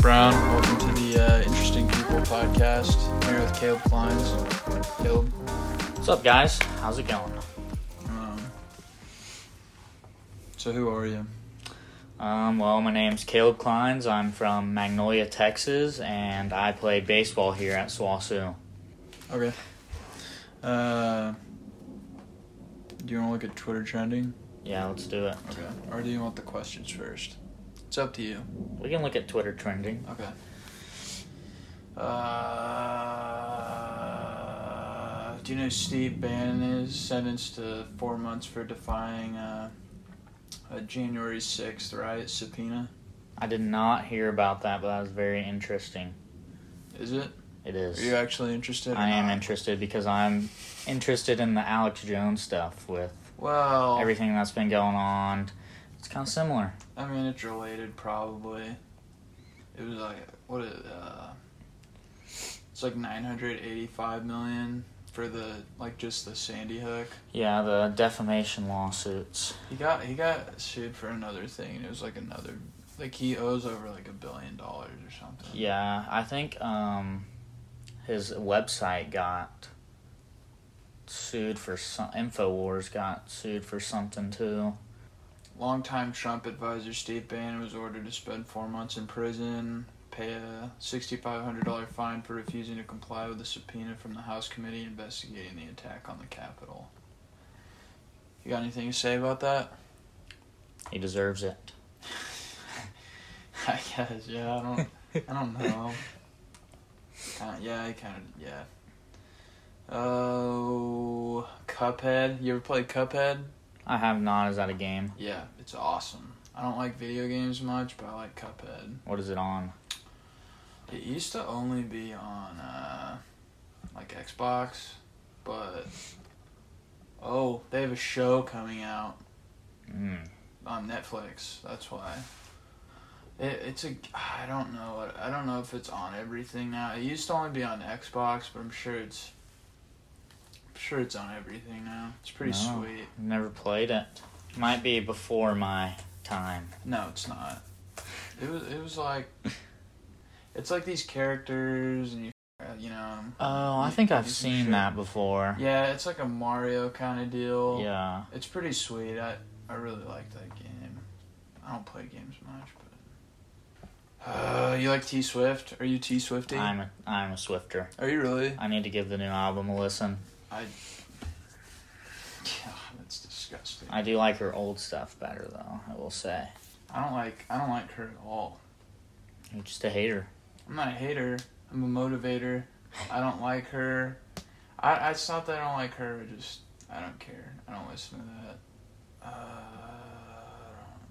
Brown. Welcome to the uh, Interesting People podcast. I'm here with Caleb Kleins. Caleb, What's up, guys? How's it going? um, so who are you? Um, well, my name's Caleb Kleins. I'm from Magnolia, Texas, and I play baseball here at Swasu. Okay. Uh, do you want to look at Twitter trending? Yeah, let's do it. Okay. Or do you want the questions first? It's up to you. We can look at Twitter trending. Okay. Uh, do you know who Steve Bannon is sentenced to four months for defying uh, a January 6th riot subpoena? I did not hear about that, but that was very interesting. Is it? It Are is. you actually interested? or I am not? interested because I'm interested in the Alex Jones stuff with Well, everything that's been going on. It's kind of similar. I mean, it's related probably. It was like, what is uh, it's like 985 million for the, like, just the Sandy Hook. Yeah, the defamation lawsuits. He got he got sued for another thing. and It was like another like he owes over like a billion dollars or something. Yeah, I think um, his website got sued for some. Infowars got sued for something too. Longtime Trump advisor Steve Bannon was ordered to spend four months in prison, pay a sixty-five hundred dollar fine for refusing to comply with a subpoena from the House committee investigating the attack on the Capitol. You got anything to say about that? He deserves it. I guess yeah. I don't. I don't know. Kinda, yeah, I kind of yeah. Oh, Cuphead. You ever played Cuphead? I have not. Is that a game? Yeah, it's awesome. I don't like video games much, but I like Cuphead. What is it on? It used to only be on uh, like Xbox, but oh, they have a show coming out Mm. on Netflix. That's why. It, it's a I don't know what I don't know if it's on everything now. It used to only be on Xbox, but I'm sure it's I'm sure it's on everything now. It's pretty No. sweet. Never played it. Might be before my time. No, it's not. It was it was like it's like these characters and you you know. Oh, I you- think you I've can seen shoot. that before. Yeah, it's like a Mario kind of deal. Yeah. It's pretty sweet. I I really like that game. I don't play games much, but uh, you like T Swift? Are you T Swifty? I'm a, I'm a Swifter. Are you really? I need to give the new album a listen. God, that's disgusting. I, I do like her old stuff better though. I will say. don't like I don't like her at all. I'm just a hater. I'm not a hater. I'm a motivator. I don't like her. I I- it's not that I don't like her. I just I don't care. I don't listen to that. Uh, I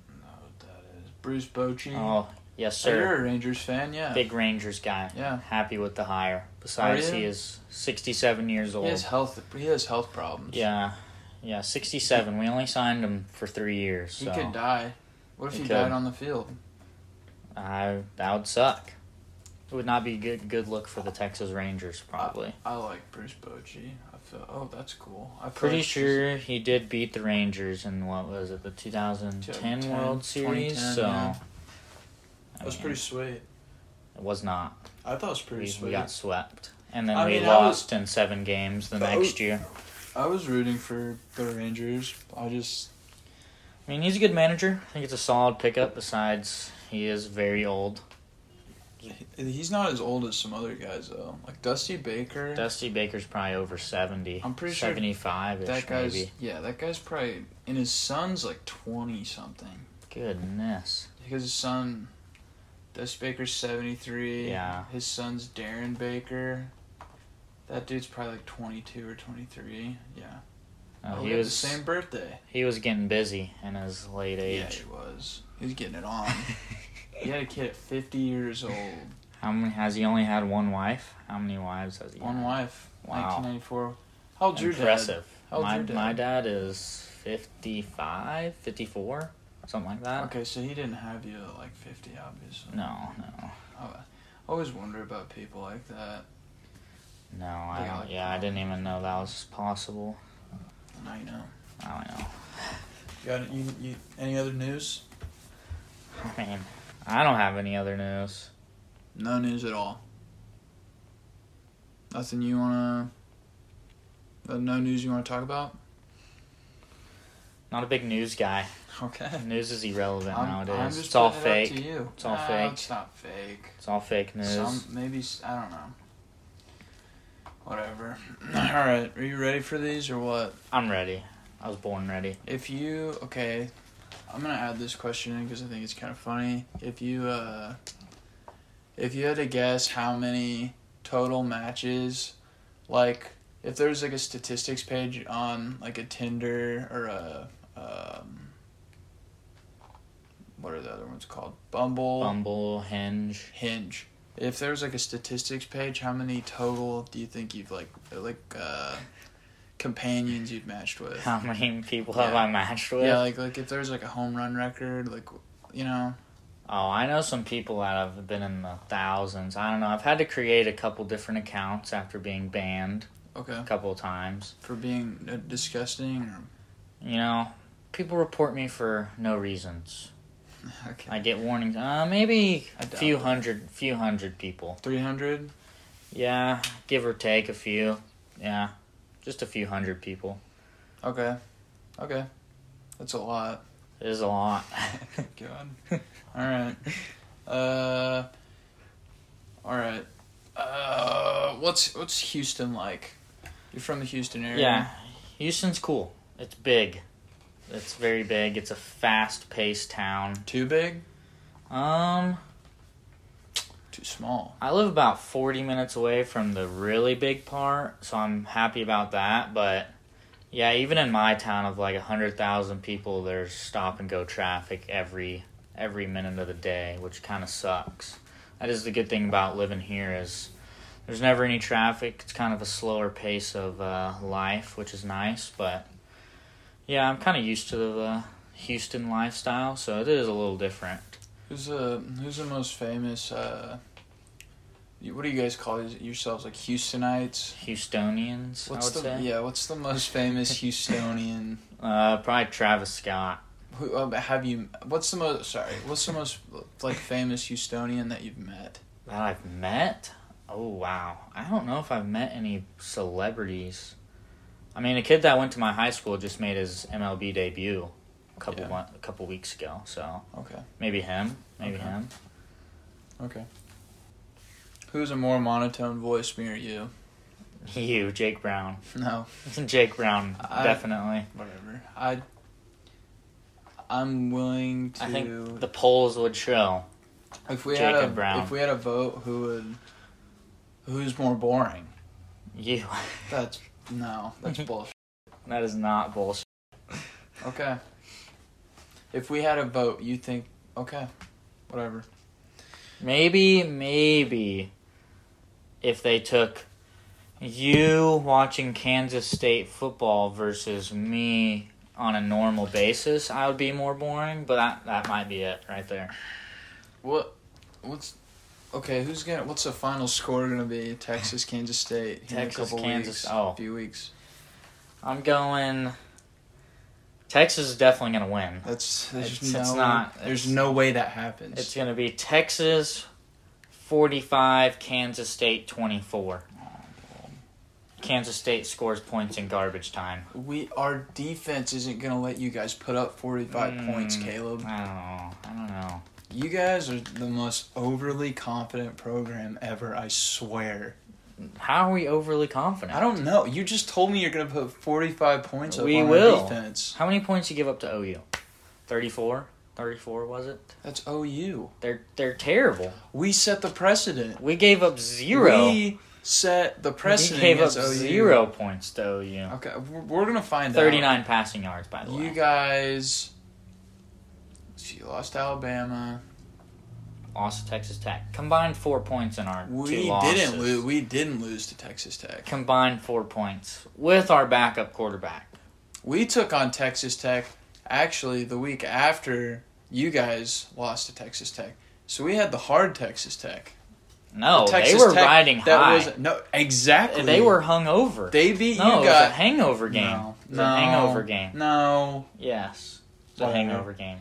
don't know what that is. Bruce Bochy. Oh yes, Oh, sir. You're a Rangers fan, yeah. Big Rangers guy. Yeah. Happy with the hire. Besides, Are you? he is 67 years old. He has health. He has health problems. Yeah. Yeah, 67. We only signed him for three years. he so could die. What if He he, could. died on the field? I, that would suck. It would not be good good look for the Texas Rangers, probably. I like Bruce Bochy. I feel. Oh, that's cool. I Pretty first- sure he did beat the Rangers in what was it, the 2010, 2010, World Series? 2010, So yeah. I That was mean, pretty sweet. It was not. I thought it was pretty We, sweet. we got swept, and then I we mean, I was- lost in seven games the I next was- year. I was rooting for the Rangers. I just. I mean, he's a good manager. I think it's a solid pickup. Besides, he is very old. he- He's not as old as some other guys though. Like Dusty Baker. Dusty Baker's probably over seventy. I'm pretty sure 75 ish that guy's maybe. yeah. That guy's probably and his son's like twenty something. Goodness. Because his son, Dusty Baker's 73. Yeah. His son's Darren Baker. That dude's probably like 22 or 23. Yeah. Uh, Oh, we he have was the same birthday. he was getting busy in his late Yeah, age. he was. He was getting it on. he had a kid at 50 years old. How many has he only had one wife? How many wives has he? One had? wife. Wow. 1994. How old's your dad? Impressive. How old's my your dad? my dad is 55, 54, something like that. Okay, so he didn't have you at like 50, obviously. No, no, Oh, I always wonder about people like that. no. I Yeah, don't. like- Yeah, I didn't even know that was possible. And I know. I don't know. Got you, you, any other news? I mean, I don't have any other news. No news at all. Nothing you wanna. uh, No news you wanna talk about? Not a big news guy. Okay. News is irrelevant I'm, nowadays. I'm just it's all putting it up fake. to you. It's all Nah, fake. It's not fake. It's all fake news. Some maybe s- I don't know. Whatever. All right, are you ready for these or what? I'm ready. I was born ready. If you okay, I'm gonna add this question in because I think it's kind of funny. If you uh, if you had to guess how many total matches, like if there's like a statistics page on like a Tinder or a um, what are the other ones called? Bumble, Hinge. Hinge. If there was like a statistics page, how many total do you think you've like like uh companions you've matched with? How many people have Yeah. I matched with? Yeah, like like if there's like a home run record, like you know. Oh, I know some people that have been in the thousands. I don't know. I've had to create a couple different accounts after being banned Okay. a couple of times. For being uh, disgusting or You know, people report me for no reasons. okay. I get warnings. Uh, maybe I a doubt few it. hundred, few hundred people. 300? Yeah, give or take a few. Yeah, just a few hundred people. Okay. Okay. That's a lot. It is a lot. God. All right. Uh All right. Uh what's what's Houston like? You're from the Houston area. Yeah, Houston's cool. It's big. It's very big. It's a fast-paced town. Too big? Um, Too small. I live about 40 minutes away from the really big part, so I'm happy about that. But yeah, even in my town of like 100,000 people, there's stop and go traffic every every minute of the day, which kind of sucks. That is the good thing about living here is there's never any traffic. It's kind of a slower pace of uh, life, which is nice, but yeah, I'm kind of used to the uh, Houston lifestyle, so it is a little different. Who's the Who's the most famous? Uh, you- what do you guys call yours- yourselves? Like Houstonites? What's Houstonians, I would the say. yeah? What's the most famous Houstonian? Uh, probably Travis Scott. Who um, have you? What's the most? Sorry, what's the most like famous Houstonian that you've met? That I've met? Oh, wow. I don't know if I've met any celebrities. I mean, a kid that went to my high school just made his MLB debut a couple Yeah. mon- a couple weeks ago, so Okay, maybe him. Maybe Okay. him. okay. Who's a more monotone voice, me or you? You, Jake Brown. No, Jake Brown, I- definitely. whatever. I. I'm willing to. I think the polls would show. if we had Jacob a Brown. if we had a vote, who would? Who's more boring? You. That's no. That's bullshit. that is not bullshit. Okay. If we had a vote, you think okay, whatever. Maybe, maybe if they took you watching Kansas State football versus me on a normal basis, I would be more boring, but that, that might be it right there. What? What's? Okay, who's gonna? What's the final score gonna be? Texas, Kansas State. in a Texas, couple Kansas- Weeks, oh. few weeks. I'm going. Texas is definitely going to win. That's there's It's- no. it's not- there's it's- no way that happens. It's going to be Texas 45, Kansas State 24. Kansas State scores points in garbage time. we our defense isn't gonna let you guys put up forty five Mm. points, Caleb. I don't know. I don't know. You guys are the most overly confident program ever. I swear. How are we overly confident? I don't know. You just told me you're gonna put forty five points up We on will. our defense. How many points you give up to E OU? 34? 34 was it? That's OU. They're they're terrible. We set the precedent. We gave up zero. We set the we precedent. gave up against E OU. zero points to OU. Okay, we're, we're gonna find out. 39 passing yards, by the You way. guys. She lost to Alabama. Lost to Texas Tech. Combined four points in our two We losses. didn't lose. We didn't lose to Texas Tech. Combined four points with our backup quarterback. We took on Texas Tech actually the week after you guys lost to Texas Tech. So we had the hard Texas Tech. No, Texas they were Tech riding that high. was no exactly. they were hungover. They beat no, you it was a guys. hangover game. No, It was no. a hangover game. No. Yes. It's a Whatever. hangover game.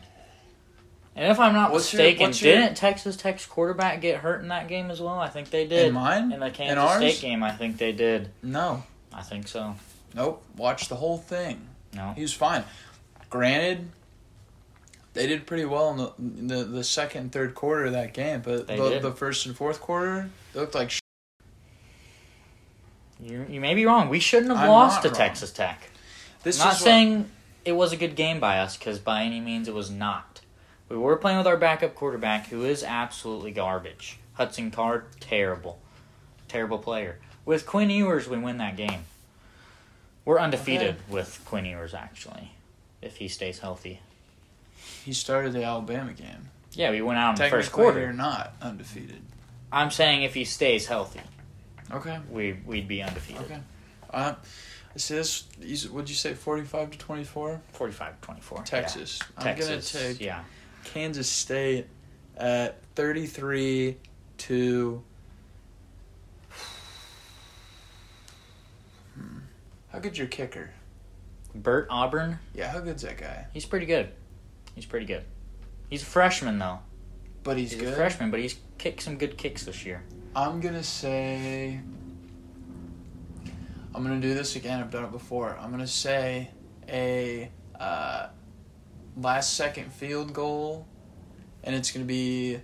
And if I'm not What's your- mistaken, what's your- didn't Texas Tech's quarterback get hurt in that game as well? I think they did. In mine? In the Kansas ours? State game, I think they did. No. I think so. Nope. Watch the whole thing. No. He was fine. Granted, they did pretty well in the in the, the second and third quarter of that game, but They the, did. the first and fourth quarter they looked like. Sh- You, you may be wrong. We shouldn't have I'm lost not to wrong. Texas Tech. this not is what- saying it was a good game by us, because by any means it was not. We were playing with our backup quarterback, who is absolutely garbage. Hudson Card, terrible, terrible player. With Quinn Ewers, we win that game. We're undefeated with Quinn Ewers, actually, if he stays healthy. he started the Alabama game. Yeah, we went out in the Technically, first quarter. you're not undefeated. I'm saying if he stays healthy, Okay. we we'd be undefeated. Okay. Uh, I see this. you- What'd you say? Forty-five to twenty-four. 45-24. Texas. Yeah. I'm Texas. gonna take yeah. Kansas State at thirty-three to. Hmm. How good's your kicker? Bert Auburn, Yeah, how good's that guy? he's pretty good. He's pretty good. He's a freshman though. But he's, He's, good. a freshman, but he's kicked some good kicks this year. I'm gonna say. I'm gonna do this again. I've done it before. I'm gonna say a uh, last second field goal, and it's gonna be.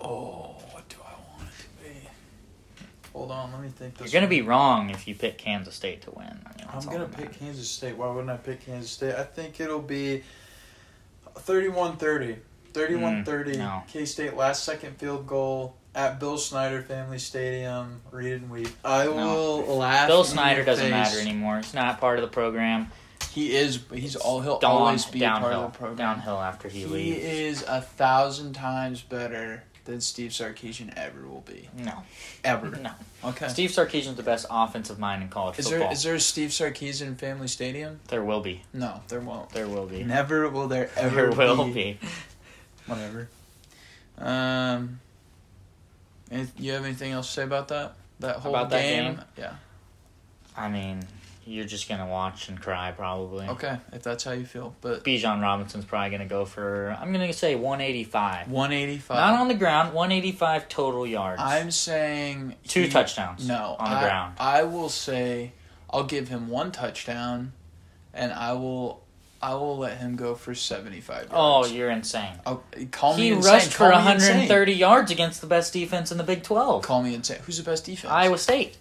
Oh, what do I want it to be? Hold on, let me think. You're This gonna one. be wrong if you pick Kansas State to win. I mean, I'm that's all gonna that pick matters. Kansas State. Why wouldn't I pick Kansas State? I think it'll be 31-30. 31-30. Mm, no. K-State last second field goal at Bill Snyder Family Stadium. Read it and weep. I will laugh. Bill in Snyder your doesn't face. matter anymore. He's not part of the program. He is. He's all. He'll Down- always be downhill, part of the program. Downhill after he, He leaves. is a thousand times better than Steve Sarkeesian ever will be. No, Ever. no. Okay. Steve Sarkeesian's the best offensive mind in college is football. there is there a Steve Sarkeesian Family Stadium? there will be. No, there won't. There will be. Never will there ever There will be. be. Whatever. Um, any, you have anything else to say about that? That whole About that game? game? Yeah. I mean, you're just gonna watch and cry probably. Okay, if that's how you feel, but Bijan Robinson's probably gonna go for. I'm gonna say 185. 185. Not on the ground. 185 total yards. I'm saying Two he- touchdowns. No, on the I- ground. I will say, I'll give him one touchdown, and I will, I will let him go for 75 yards. Oh, you're insane. I'll, call me he insane. rushed for call me insane. 130 yards against the best defense in the Big 12. Call me insane. Who's the best defense? Iowa State.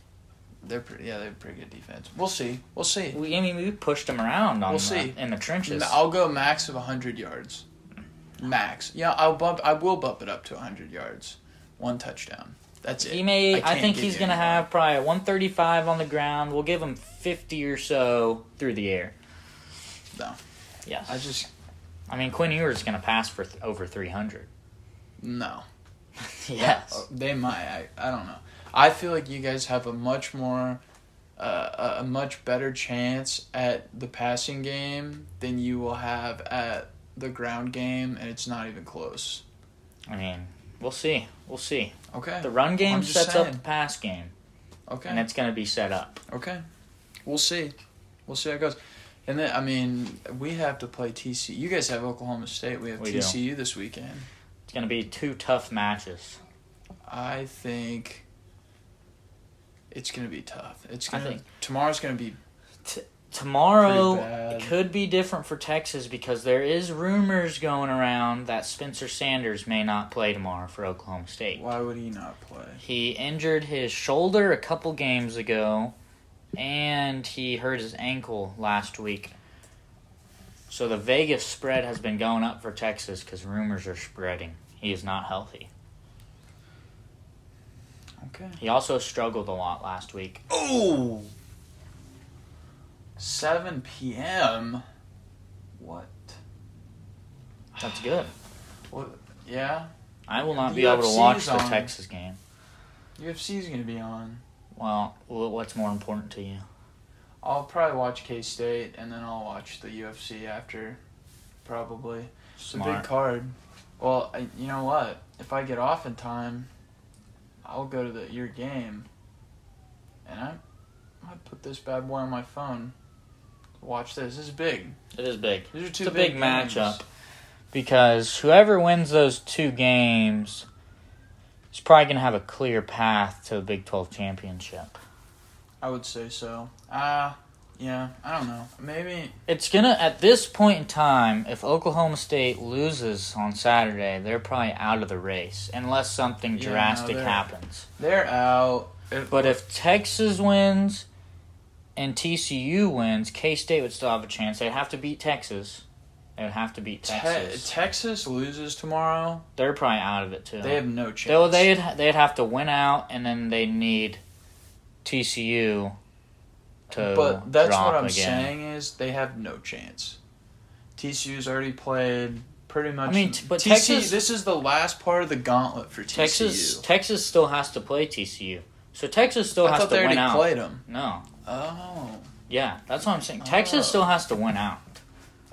They're pretty. Yeah, they're pretty good defense. We'll see. We'll see. We, I mean, we pushed them around on We'll the, see. in the trenches. No, I'll go max of 100 yards. Max. Yeah, I'll bump I will bump it up to 100 yards. One touchdown. That's it. He may. I, can't think give he's you going to any more. have probably a 135 on the ground. We'll give him 50 or so through the air. No. Yes. I just I mean, Quinn Ewers is going to pass for th- over 300. no. yes. Oh, They might. I, I don't know. I feel like you guys have a much more uh, a- a much better chance at the passing game than you will have at the ground game and it's not even close. I mean, we'll see. We'll see. Okay. The run game just sets up saying. the pass game, okay. and it's going to be set up. Okay. We'll see. We'll see how it goes. And then, I mean, we have to play TCU. You guys have Oklahoma State. We have We do. TCU this weekend. It's going to be two tough matches. I think it's going to be tough. It's I going to think- tomorrow's going to be Tomorrow Pretty bad. it could be different for Texas because there is rumors going around that Spencer Sanders may not play tomorrow for Oklahoma State. why would he not play? He injured his shoulder a couple games ago and he hurt his ankle last week. So the Vegas spread has been going up for Texas cuz rumors are spreading. He is not healthy. Okay. He also struggled a lot last week. Oh. 7 p.m. What? That's good. What? Yeah. I will not The be able to UFC watch is the on. Texas game. UFC's going to be on. Well, wh- what's more important to you? I'll probably watch K State and then I'll watch the UFC after, probably. It's a big Smart. card. Well, I, you know what? If I get off in time, I'll go to the, your game, and I might put this bad boy on my phone. Watch this. This is big. It is big. These are two It's a big games. matchup. because whoever wins those two games is probably going to have a clear path to the Big 12 championship. I would say so. Uh yeah, I don't know. Maybe It's going to, at this point in time, if Oklahoma State loses on Saturday, they're probably out of the race unless something Yeah, no, drastic they're- happens. they're out. It- But if Texas wins and TCU wins, K State would still have a chance. They'd have to beat Texas. They would have to beat Te- Texas. Texas loses tomorrow, They're probably out of it too. they have no chance. Though they'd they'd have to win out, and then they need TCU to but that's drop what I'm again. saying is they have no chance. TCU's already played pretty much. mean, t- but TCU Texas- This is the last part of the gauntlet for TCU. Texas Texas still has to play TCU, so Texas still I has thought to they win already out. played them. No, Oh, yeah, that's what I'm saying. Texas Oh. still has to win out.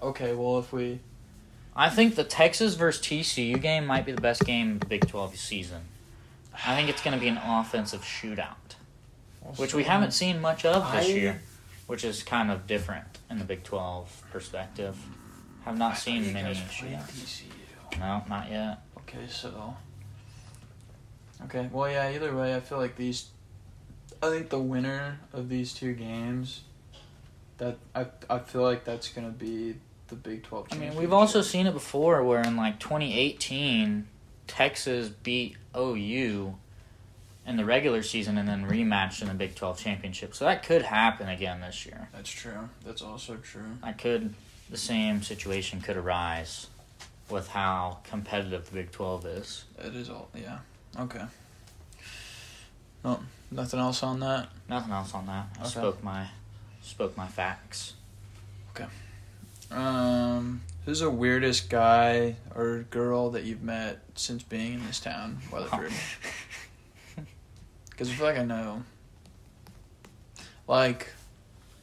okay. Well, if we I think the Texas versus TCU game might be the best game of the Big Twelve season. I think it's going to be an offensive shootout, which we haven't seen much of this I- year, which is kind of different in the Big Twelve perspective. Have not seen many shootouts. No, not yet. Okay, so. Okay, well, yeah, either way, I feel like these. I think the winner of these two games, that I, I feel like that's going to be the Big 12 I mean, championship. we've also seen it before where in like 2018, Texas beat OU in the regular season and then rematched in the Big 12 championship. So that could happen again this year. That's true. That's also true. I could, the same situation could arise with how competitive the Big 12 is. It is all. Yeah. Okay. No, nothing else on that. Nothing else on that. I Okay. spoke my spoke my facts. Um, who's the weirdest guy or girl that you've met since being in this town, Weatherford? Because I feel like I know. Like,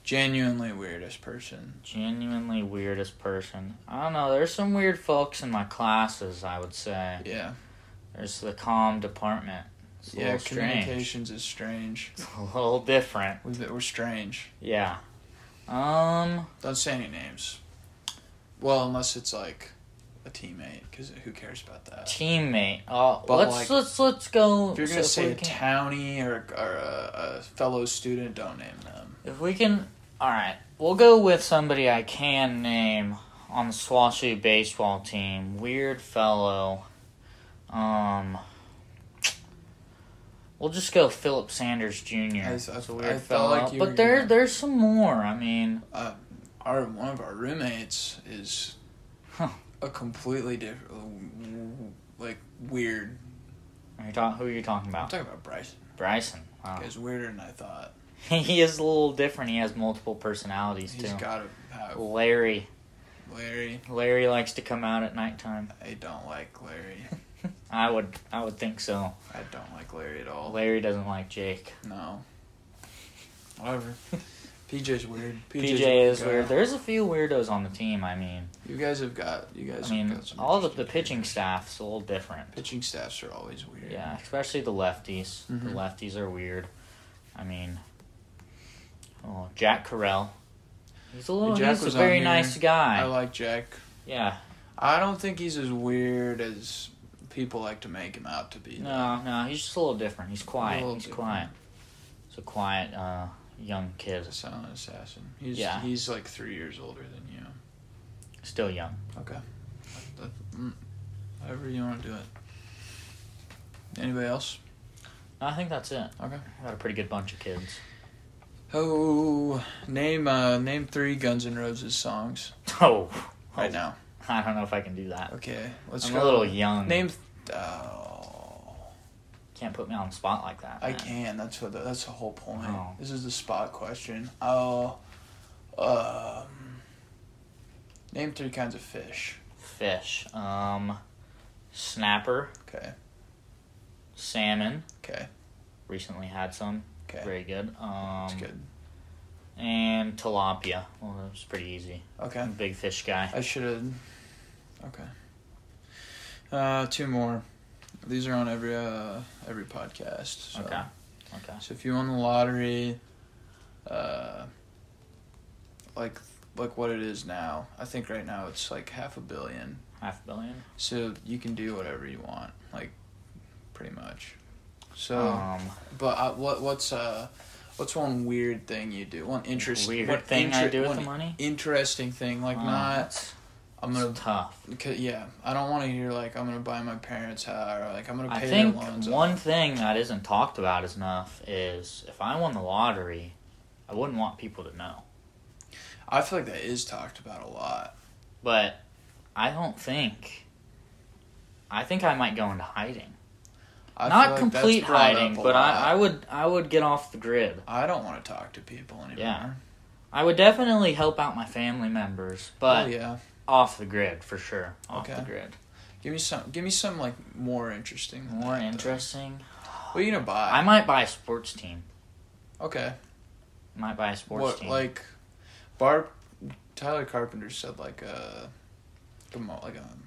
genuinely weirdest person. Genuinely weirdest person. I don't know. There's some weird folks in my classes, I would say. Yeah. There's the calm department. It's a yeah, little strange. communications is strange. It's a little different. We've, we're strange. Yeah. Um. Don't say any names. Well, unless it's like a teammate, because who cares about that? Teammate. Uh, But, let's like, let's let's go. If you're so gonna say we a can- townie or, or a, a fellow student, don't name them. If we can, all right, we'll go with somebody I can name on the Swashu baseball team. Weird fellow. Um, we'll just go Philip Sanders Jr. I- I- It's a I felt weird fellow, like you were but there, gonna- there's some more. I mean, uh, our one of our roommates is Huh. a completely different, like weird. are you talk, who are you talking I'm about? talking about Bryson. Bryson. Wow. He's weirder than I thought. he is a little different. He has multiple personalities He's too. got to have Larry. Larry. Larry likes to come out at nighttime. I don't like Larry. I would, I would think so. I don't like Larry at all. Larry doesn't like Jake. No. Whatever. PJ's weird. PJ's PJ is guy. weird. There's a few weirdos on the team. I mean, You guys have got. You guys. I mean, have got some all the the interesting pitching characters. staff's a little different. Pitching staffs are always weird. Yeah, especially the lefties. The Mhm. lefties are weird. I mean, oh, Jack Carell. He's a little. Jack he's was a on very here. nice guy. I like Jack. yeah. I don't think he's as weird as people like to make him out to be. No, no, he's just a little different. He's quiet. little He's different. quiet. He's a quiet uh, young kid. The silent assassin. He's Yeah. he's like three years older than you. Still young. Okay. That, mm, however you want to do it. Anybody else? I think that's it. Okay. Got a pretty good bunch of kids. Oh, name uh name three Guns N' Roses songs Oh, right now. I don't know if I can do that. Okay, let's I'm go. a little young. Name. Oh, Can't put me on the spot like that. I man. can. That's what. The, that's the whole point. Oh. This is the spot question. Oh, um, name three kinds of fish. Fish. Um, snapper, Okay. salmon. Okay. Recently had some. Okay. Very good. Um, That's good. And tilapia. Well, that was pretty easy. Okay. I'm a big fish guy. I should have. Okay. Uh, two more. These are on every uh, every podcast. So. Okay. Okay. So if you won the lottery, uh, like like what it is now. I think right now it's like half a billion. Half billion. So you can do whatever you want, like pretty much. So, Um, but uh, what what's uh what's one weird thing you do? One interesting weird one thing I inter- do with one the money. Interesting thing, like Wow, not. it's- I'm it's gonna tough. Cause, yeah, I don't want to hear like I'm gonna buy my parents' house or like I'm gonna I pay think their loans. one off. thing that isn't talked about enough is if I won the lottery, I wouldn't want people to know. I feel like that is talked about a lot. But I don't think. I think I might go into hiding. I Not feel like that's complete brought up hiding, a but I, I lot. would I would get off the grid. I don't want to talk to people anymore. Oh, Yeah, I would definitely help out my family members, but oh, yeah. off the grid for sure. Off the Okay. grid. Give me some. Give me some like more interesting. than More that, though. interesting. What are you gonna buy? I might buy a sports team. okay. Might buy a sports what team. like, Barb, Tyler Carpenter said like a, come on, like um,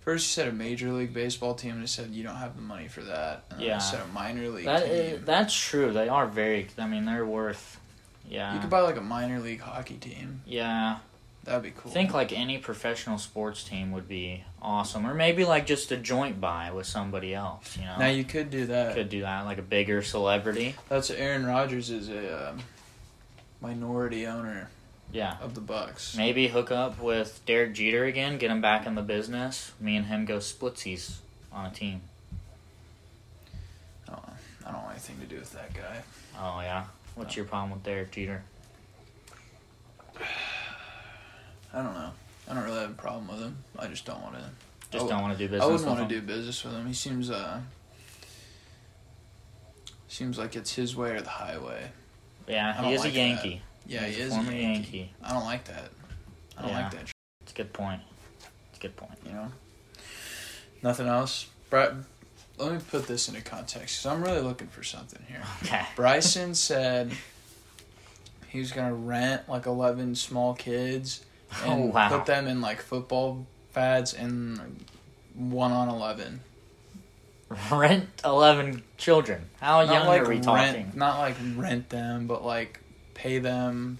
first he said a major league baseball team and he said you don't have the money for that. And then Yeah. He said a minor league That team. is, that's true. They are very. I mean, they're worth. Yeah. You could buy like a minor league hockey team. yeah. That'd be I cool. think like any professional sports team would be awesome, or maybe like just a joint buy with somebody else. You know. now you could do that. could do that like a bigger celebrity. That's Aaron Rodgers is a um, minority owner Yeah. of the Bucks. Maybe hook up with Derek Jeter again, get him back in the business. Me and him go splitsies on a team. I don't, I don't want anything to do with that guy. Oh yeah. What's your problem with Derek Jeter? I don't know. I don't really have a problem with him. I just don't want to. Just I w- don't want to do business. Oh, I wouldn't with want to him? do business with him. He seems uh. Seems like it's his way or the highway. I Yeah, don't he is like a that. Yankee. Yeah, He's he a is former a Yankee. I don't like that. I don't Yeah. like that. sh- It's a good point. It's a good point. You know. Nothing else, Brett. Let me put this into context 'cause I'm really looking for something here. Okay. Bryson said he was gonna rent like eleven small kids and oh wow. put them in like football fads and like, one on eleven. Rent eleven children. How young are we rent, talking? not like rent them, but like pay them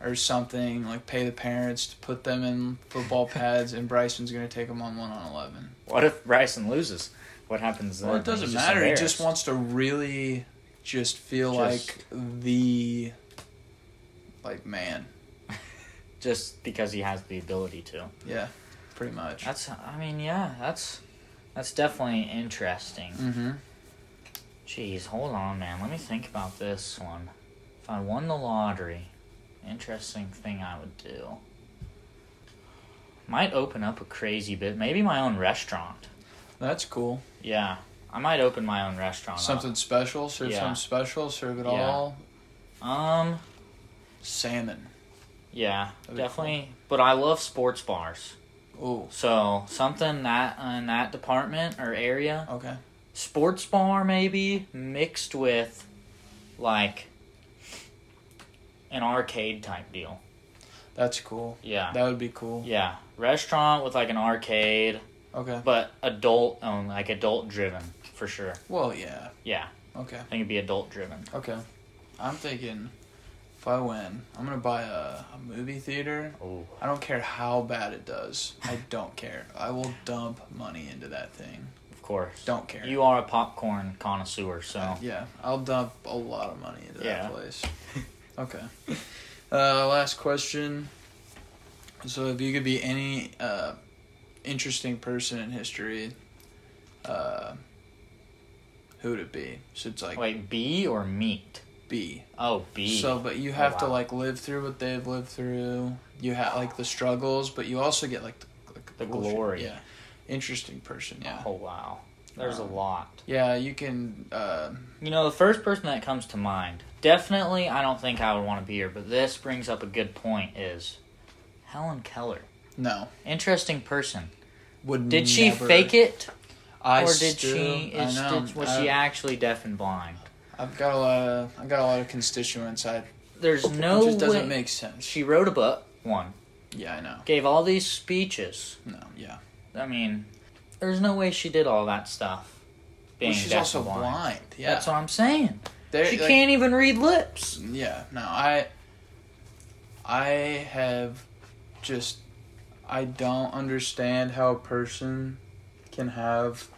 or something. Like pay the parents to put them in football pads, and Bryson's gonna take them on one on eleven. What if Bryson loses? What happens then? Well, it doesn't He's matter. He just embarrassed. wants to really just feel Just- like the like man. just because he has the ability to. Yeah, pretty much. That's I mean, yeah, that's that's definitely interesting. Mm-hmm. Jeez, hold on, man. Let me think about this one. If I won the lottery, interesting thing I would do. Might open up a crazy bit, maybe my own restaurant. That's cool. Yeah, I might open my own restaurant. up. Something special. Serve Yeah. something special. Serve it Yeah. all. Um, Salmon. yeah, That'd be definitely. But I love sports bars, Oh, so something that in that department or area. okay. sports bar maybe mixed with like an arcade type deal. That's cool. Yeah. That would be cool. yeah. Restaurant with like an arcade, Okay. but adult owned, like adult driven for sure. Well, yeah. Yeah. Okay. I think it'd be adult driven. Okay. I'm thinking if I win, I'm going to buy a, a movie theater. Oh. I don't care how bad it does. I don't care. I will dump money into that thing. Of course. Don't care. You are a popcorn connoisseur, so Yeah, I'll dump a lot of money into Yeah. that place. okay. Uh, last question. So, if you could be any uh, interesting person in history, uh, who would it be? So it's like wait, B or meat? B. Oh, B. So, but you have to wow. like live through what they've lived through. You have like the struggles, but you also get like the, like, The cool shit. glory. Yeah. Interesting person. Yeah. Oh wow. There's a Um, lot. Yeah, you can. Uh, You know, the first person that comes to mind, definitely I don't think I would want to be here, but this brings up a good point is Helen Keller. no. Interesting person. Would Did she fake it I or did still- she I is, know. did, was I- she actually deaf and blind? I've got a lot of I got a lot of constituents. I There's no it just doesn't way make sense. she wrote a book, one, Yeah, I know. gave all these speeches. No, yeah. I mean, there's no way she did all that stuff. Being Well, she's deaf also and blind. blind. Yeah, That's what I'm saying. They're- she like- can't even read lips. Yeah, no, I. I have just I don't understand how a person can have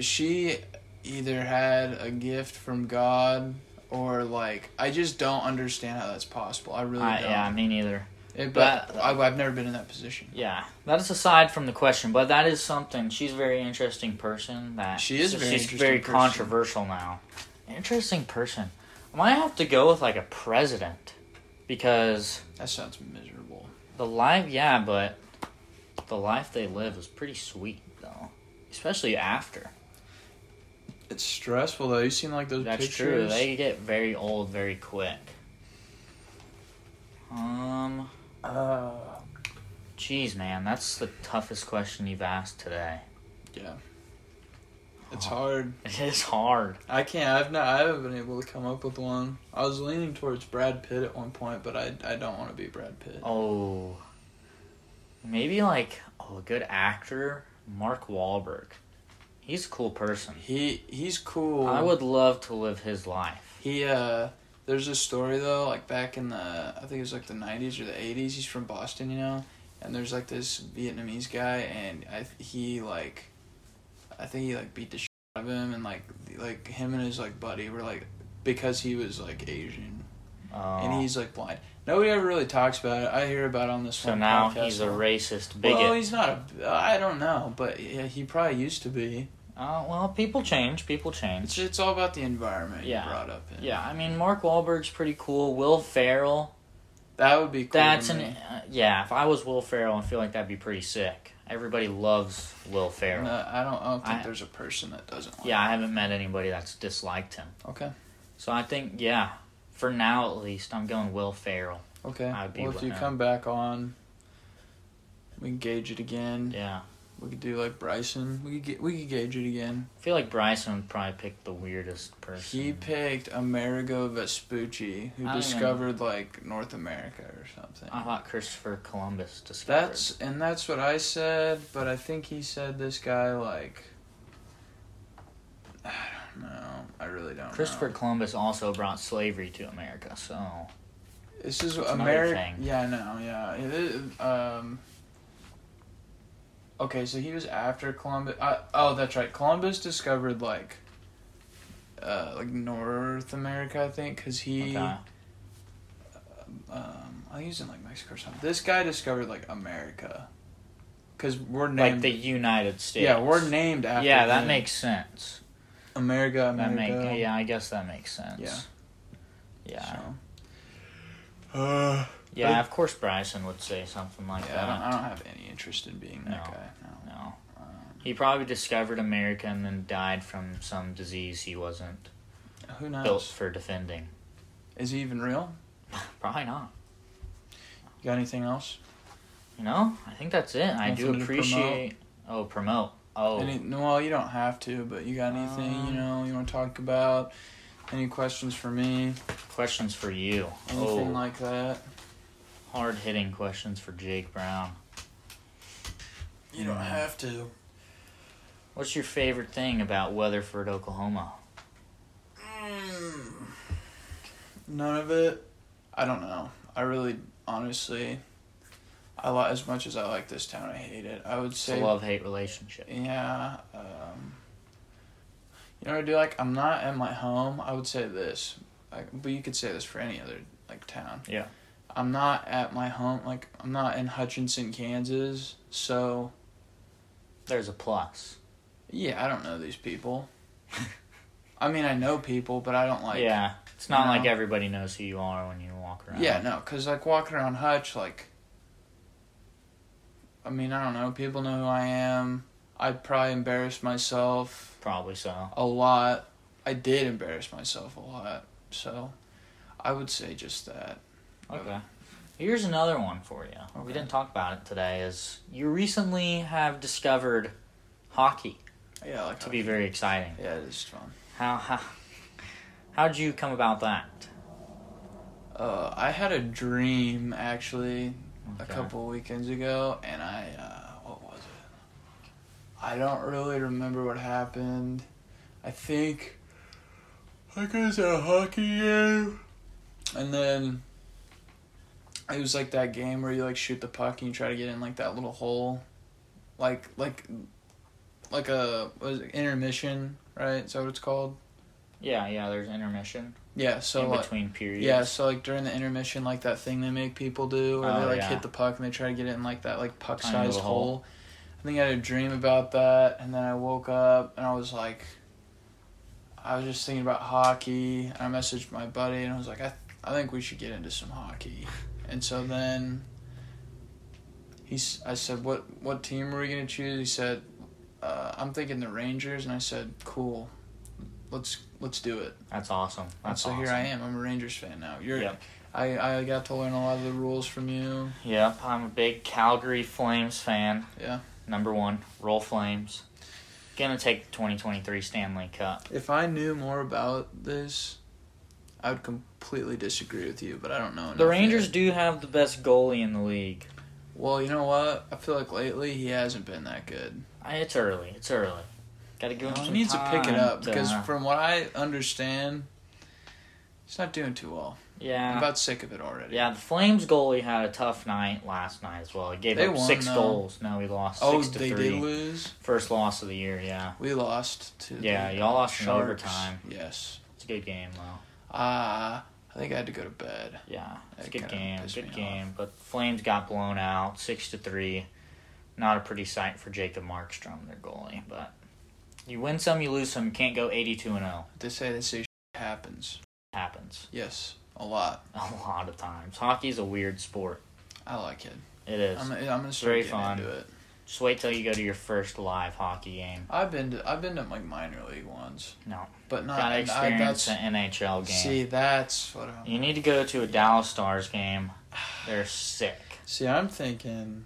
she either had a gift from God or like I just don't understand how that's possible. I really I, don't. yeah, me neither. It- but- but I, I've never been in that position. Yeah, that's aside from the question, but that is something. She's a very interesting person. That She is a very she's interesting very person. controversial now. Interesting person. I might have to go with like a president because That sounds miserable. the life, yeah, but the life they live is pretty sweet though, especially after. It's stressful though. You seen like those That's true. pictures? They get very old very quick. Um, Uh, jeez, man, that's the toughest question you've asked today. yeah. It's hard. It is hard. I can't. I've not. I haven't been able to come up with one. I was leaning towards Brad Pitt at one point, but I I don't want to be Brad Pitt. Oh, maybe like oh, a good actor, Mark Wahlberg. He's a cool person. He he's cool. I would love to live his life. He uh. There's a story though, like back in the I think it was like the '90s or the '80s. He's from Boston, you know. And there's like this Vietnamese guy, and I he like, I think he like beat the shit out of him, and like like him and his like buddy were like because he was like Asian Oh. and he's like blind. Nobody ever really talks about it. I hear about it on this so one. now podcast he's a a lot. racist bigot. Well, he's not. A, I don't know, but yeah, he probably used to be. uh, well, people change. People change. It's it's all about the environment Yeah. you brought up. In. yeah, I mean Mark Wahlberg's pretty cool. Will Ferrell. that would be. cool. That's to an me. uh, yeah. If I was Will Ferrell, I feel like that'd be pretty sick. Everybody loves Will Ferrell. No, Uh, I don't. I don't think I- there's a person that doesn't. Like Yeah, I haven't met anybody that's disliked him. it. Okay. So I think, yeah, for now at least, I'm going Will Ferrell. Okay. I'd be well, if with you him. come back on, we can gauge it again. Yeah. We could do like Bryson. We could get, we could gauge it again. I feel like Bryson would probably pick the weirdest person. He picked Amerigo Vespucci, who I don't even- discovered like North America or something. I thought Christopher Columbus discovered. That's and that's what I said, but I think he said this guy like I don't know. I really don't Christopher know. Columbus also brought slavery to America, so This is another America. thing. Yeah, I know. Yeah. It is, um Okay, so he was after Columbus. I, oh, that's right. Columbus discovered like uh like North America, I think, cuz he okay. um I think he was in like Mexico or something. This guy discovered like America. Cuz we're named like the United States. Yeah, we're named after Yeah, that him. makes sense. America, That America. make yeah, I guess that makes sense. Yeah. Yeah. So. Uh, Yeah, of course Bryson would say something like yeah, I don't, that. I don't have any interest in being that No. guy. No. No. Um, He probably discovered America and then died from some disease he wasn't who knows? built for defending. Is he even real? Probably not. You got anything else? You know, I think that's it. I do Nothing to appreciate. Oh, promote. Oh, Any, no, well, you don't have to, but you got anything you Um, know you want to talk about? Any questions for me? questions for you. Oh, Anything like that? hard hitting questions for Jake Brown. You don't Mm. have to. What's your favorite thing about Weatherford, Oklahoma? Mm. None of it. I don't know. I really, honestly, I li- as much as I like this town, I hate it. I would It's a say love hate relationship. Yeah. Um, you know what I do? Like, I'm not at my home. I would say this, like, but you could say this for any other like town. Yeah. I'm not at my home. Like, I'm not in Hutchinson, Kansas. So There's a plus. yeah, I don't know these people. I mean, I know people, but I don't like. yeah, it's not you like know? everybody knows who you are when you walk around. Yeah, no, cause like walking around Hutch, like. I mean, I don't know. People know who I am. I'd probably embarrass myself. probably so. a lot. I did embarrass myself a lot. So I would say just that. Okay. Here's another one for you. We Okay. didn't talk about it today. Is you recently have discovered hockey Yeah, I like to be very exciting. Yeah, it is fun. How how how'd you come about that? Uh, I had a dream actually a Okay. couple weekends ago, and I uh, what was it? I don't really remember what happened. I think I think it was at a hockey game, and then it was like that game where you like shoot the puck and you try to get in like that little hole, like like like a what is it, intermission, right? Is that what it's called? Yeah, yeah. There's intermission Yeah. So in like, between periods. yeah, so like during the intermission, like that thing they make people do, where they Oh, like yeah. hit the puck and they try to get it in like that like puck Tiny sized little hole. hole. I think I had a dream about that, and then I woke up and I was like, I was just thinking about hockey. And I messaged my buddy and I was like, I, I think we should get into some hockey. And so then he's, I said, what what team are we gonna choose? He said, uh, I'm thinking the Rangers, and I said, cool, let's let's do it. That's awesome. And That's so awesome. here I am. I'm a Rangers fan now. You're. Yep. I I got to learn a lot of the rules from you. Yep, I'm a big Calgary Flames fan. Yeah. Number one, roll Flames. Gonna take the 2023 Stanley Cup. If I knew more about this, I would completely disagree with you. But I don't know. The enough Rangers yet. do have the best goalie in the league. Well, you know what? I feel like lately he hasn't been that good. I- It's early. It's early. Gotta give him he some needs to time. pick it up to- uh, because, from what I understand, he's not doing too well. I'm yeah, about sick of it already. yeah. The Flames goalie had a tough night last night as well. He gave They up won, six though. goals. Now we lost Oh, six to they three. did lose. First loss of the year. Yeah, We lost to. Yeah, the y'all lost in Sharks. overtime. Yes. it's a good game though. Ah, I think I had to go to bed. Yeah, it's That a good kinda game. pissed me Good off. game. But Flames got blown out six to three. Not a pretty sight for Jacob Markstrom, their goalie. But you win some, you lose some. You can't go eighty-two and zero. They say they say happens. Happens Yes, a lot. a lot of times. Hockey's a weird sport. I like it. It is. I'm, I'm gonna start Very getting fun. into it. Just wait till you go to your first live hockey game. I've been to I've been to like minor league ones, No, but not gotta Uh, and I, experience that's an NHL game. see that's what I'm You need to go to a Dallas Stars game. They're sick. see. I'm thinking.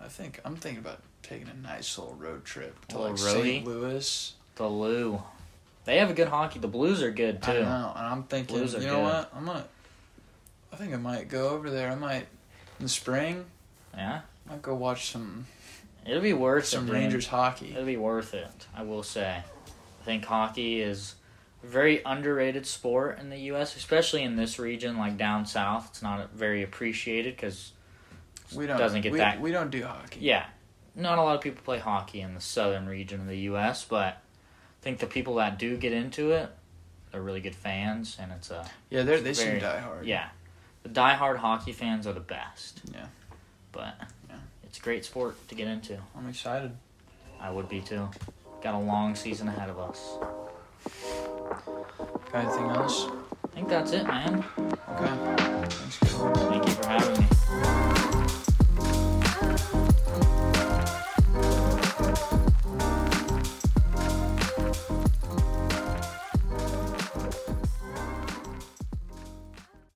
I think I'm thinking about taking a nice little road trip to Little like roadie? St. Louis. The Lou, they have a good hockey. The Blues are good I too. don't know, and I'm thinking. Blues are you know good. what? I'm gonna. I think I might go over there. I might in the spring. Yeah, I might go watch some it'll be worth it, some dude. Rangers hockey. It'll be worth it, I will say. I think hockey is a very underrated sport in the U.S., especially in this region, like down south. It's not very appreciated because, We don't doesn't get we, that- We don't do hockey. yeah, not a lot of people play hockey in the southern region of the U.S., but I think the people that do get into it are really good fans, and it's a, yeah. They they seem Very- die hard. yeah. The diehard hockey fans are the best. Yeah. But Yeah. it's a great sport to get into. I'm excited. I would be too. Got a long season ahead of us. Got anything else? I think that's it, man. Okay. Thanks, Caleb. Thank you.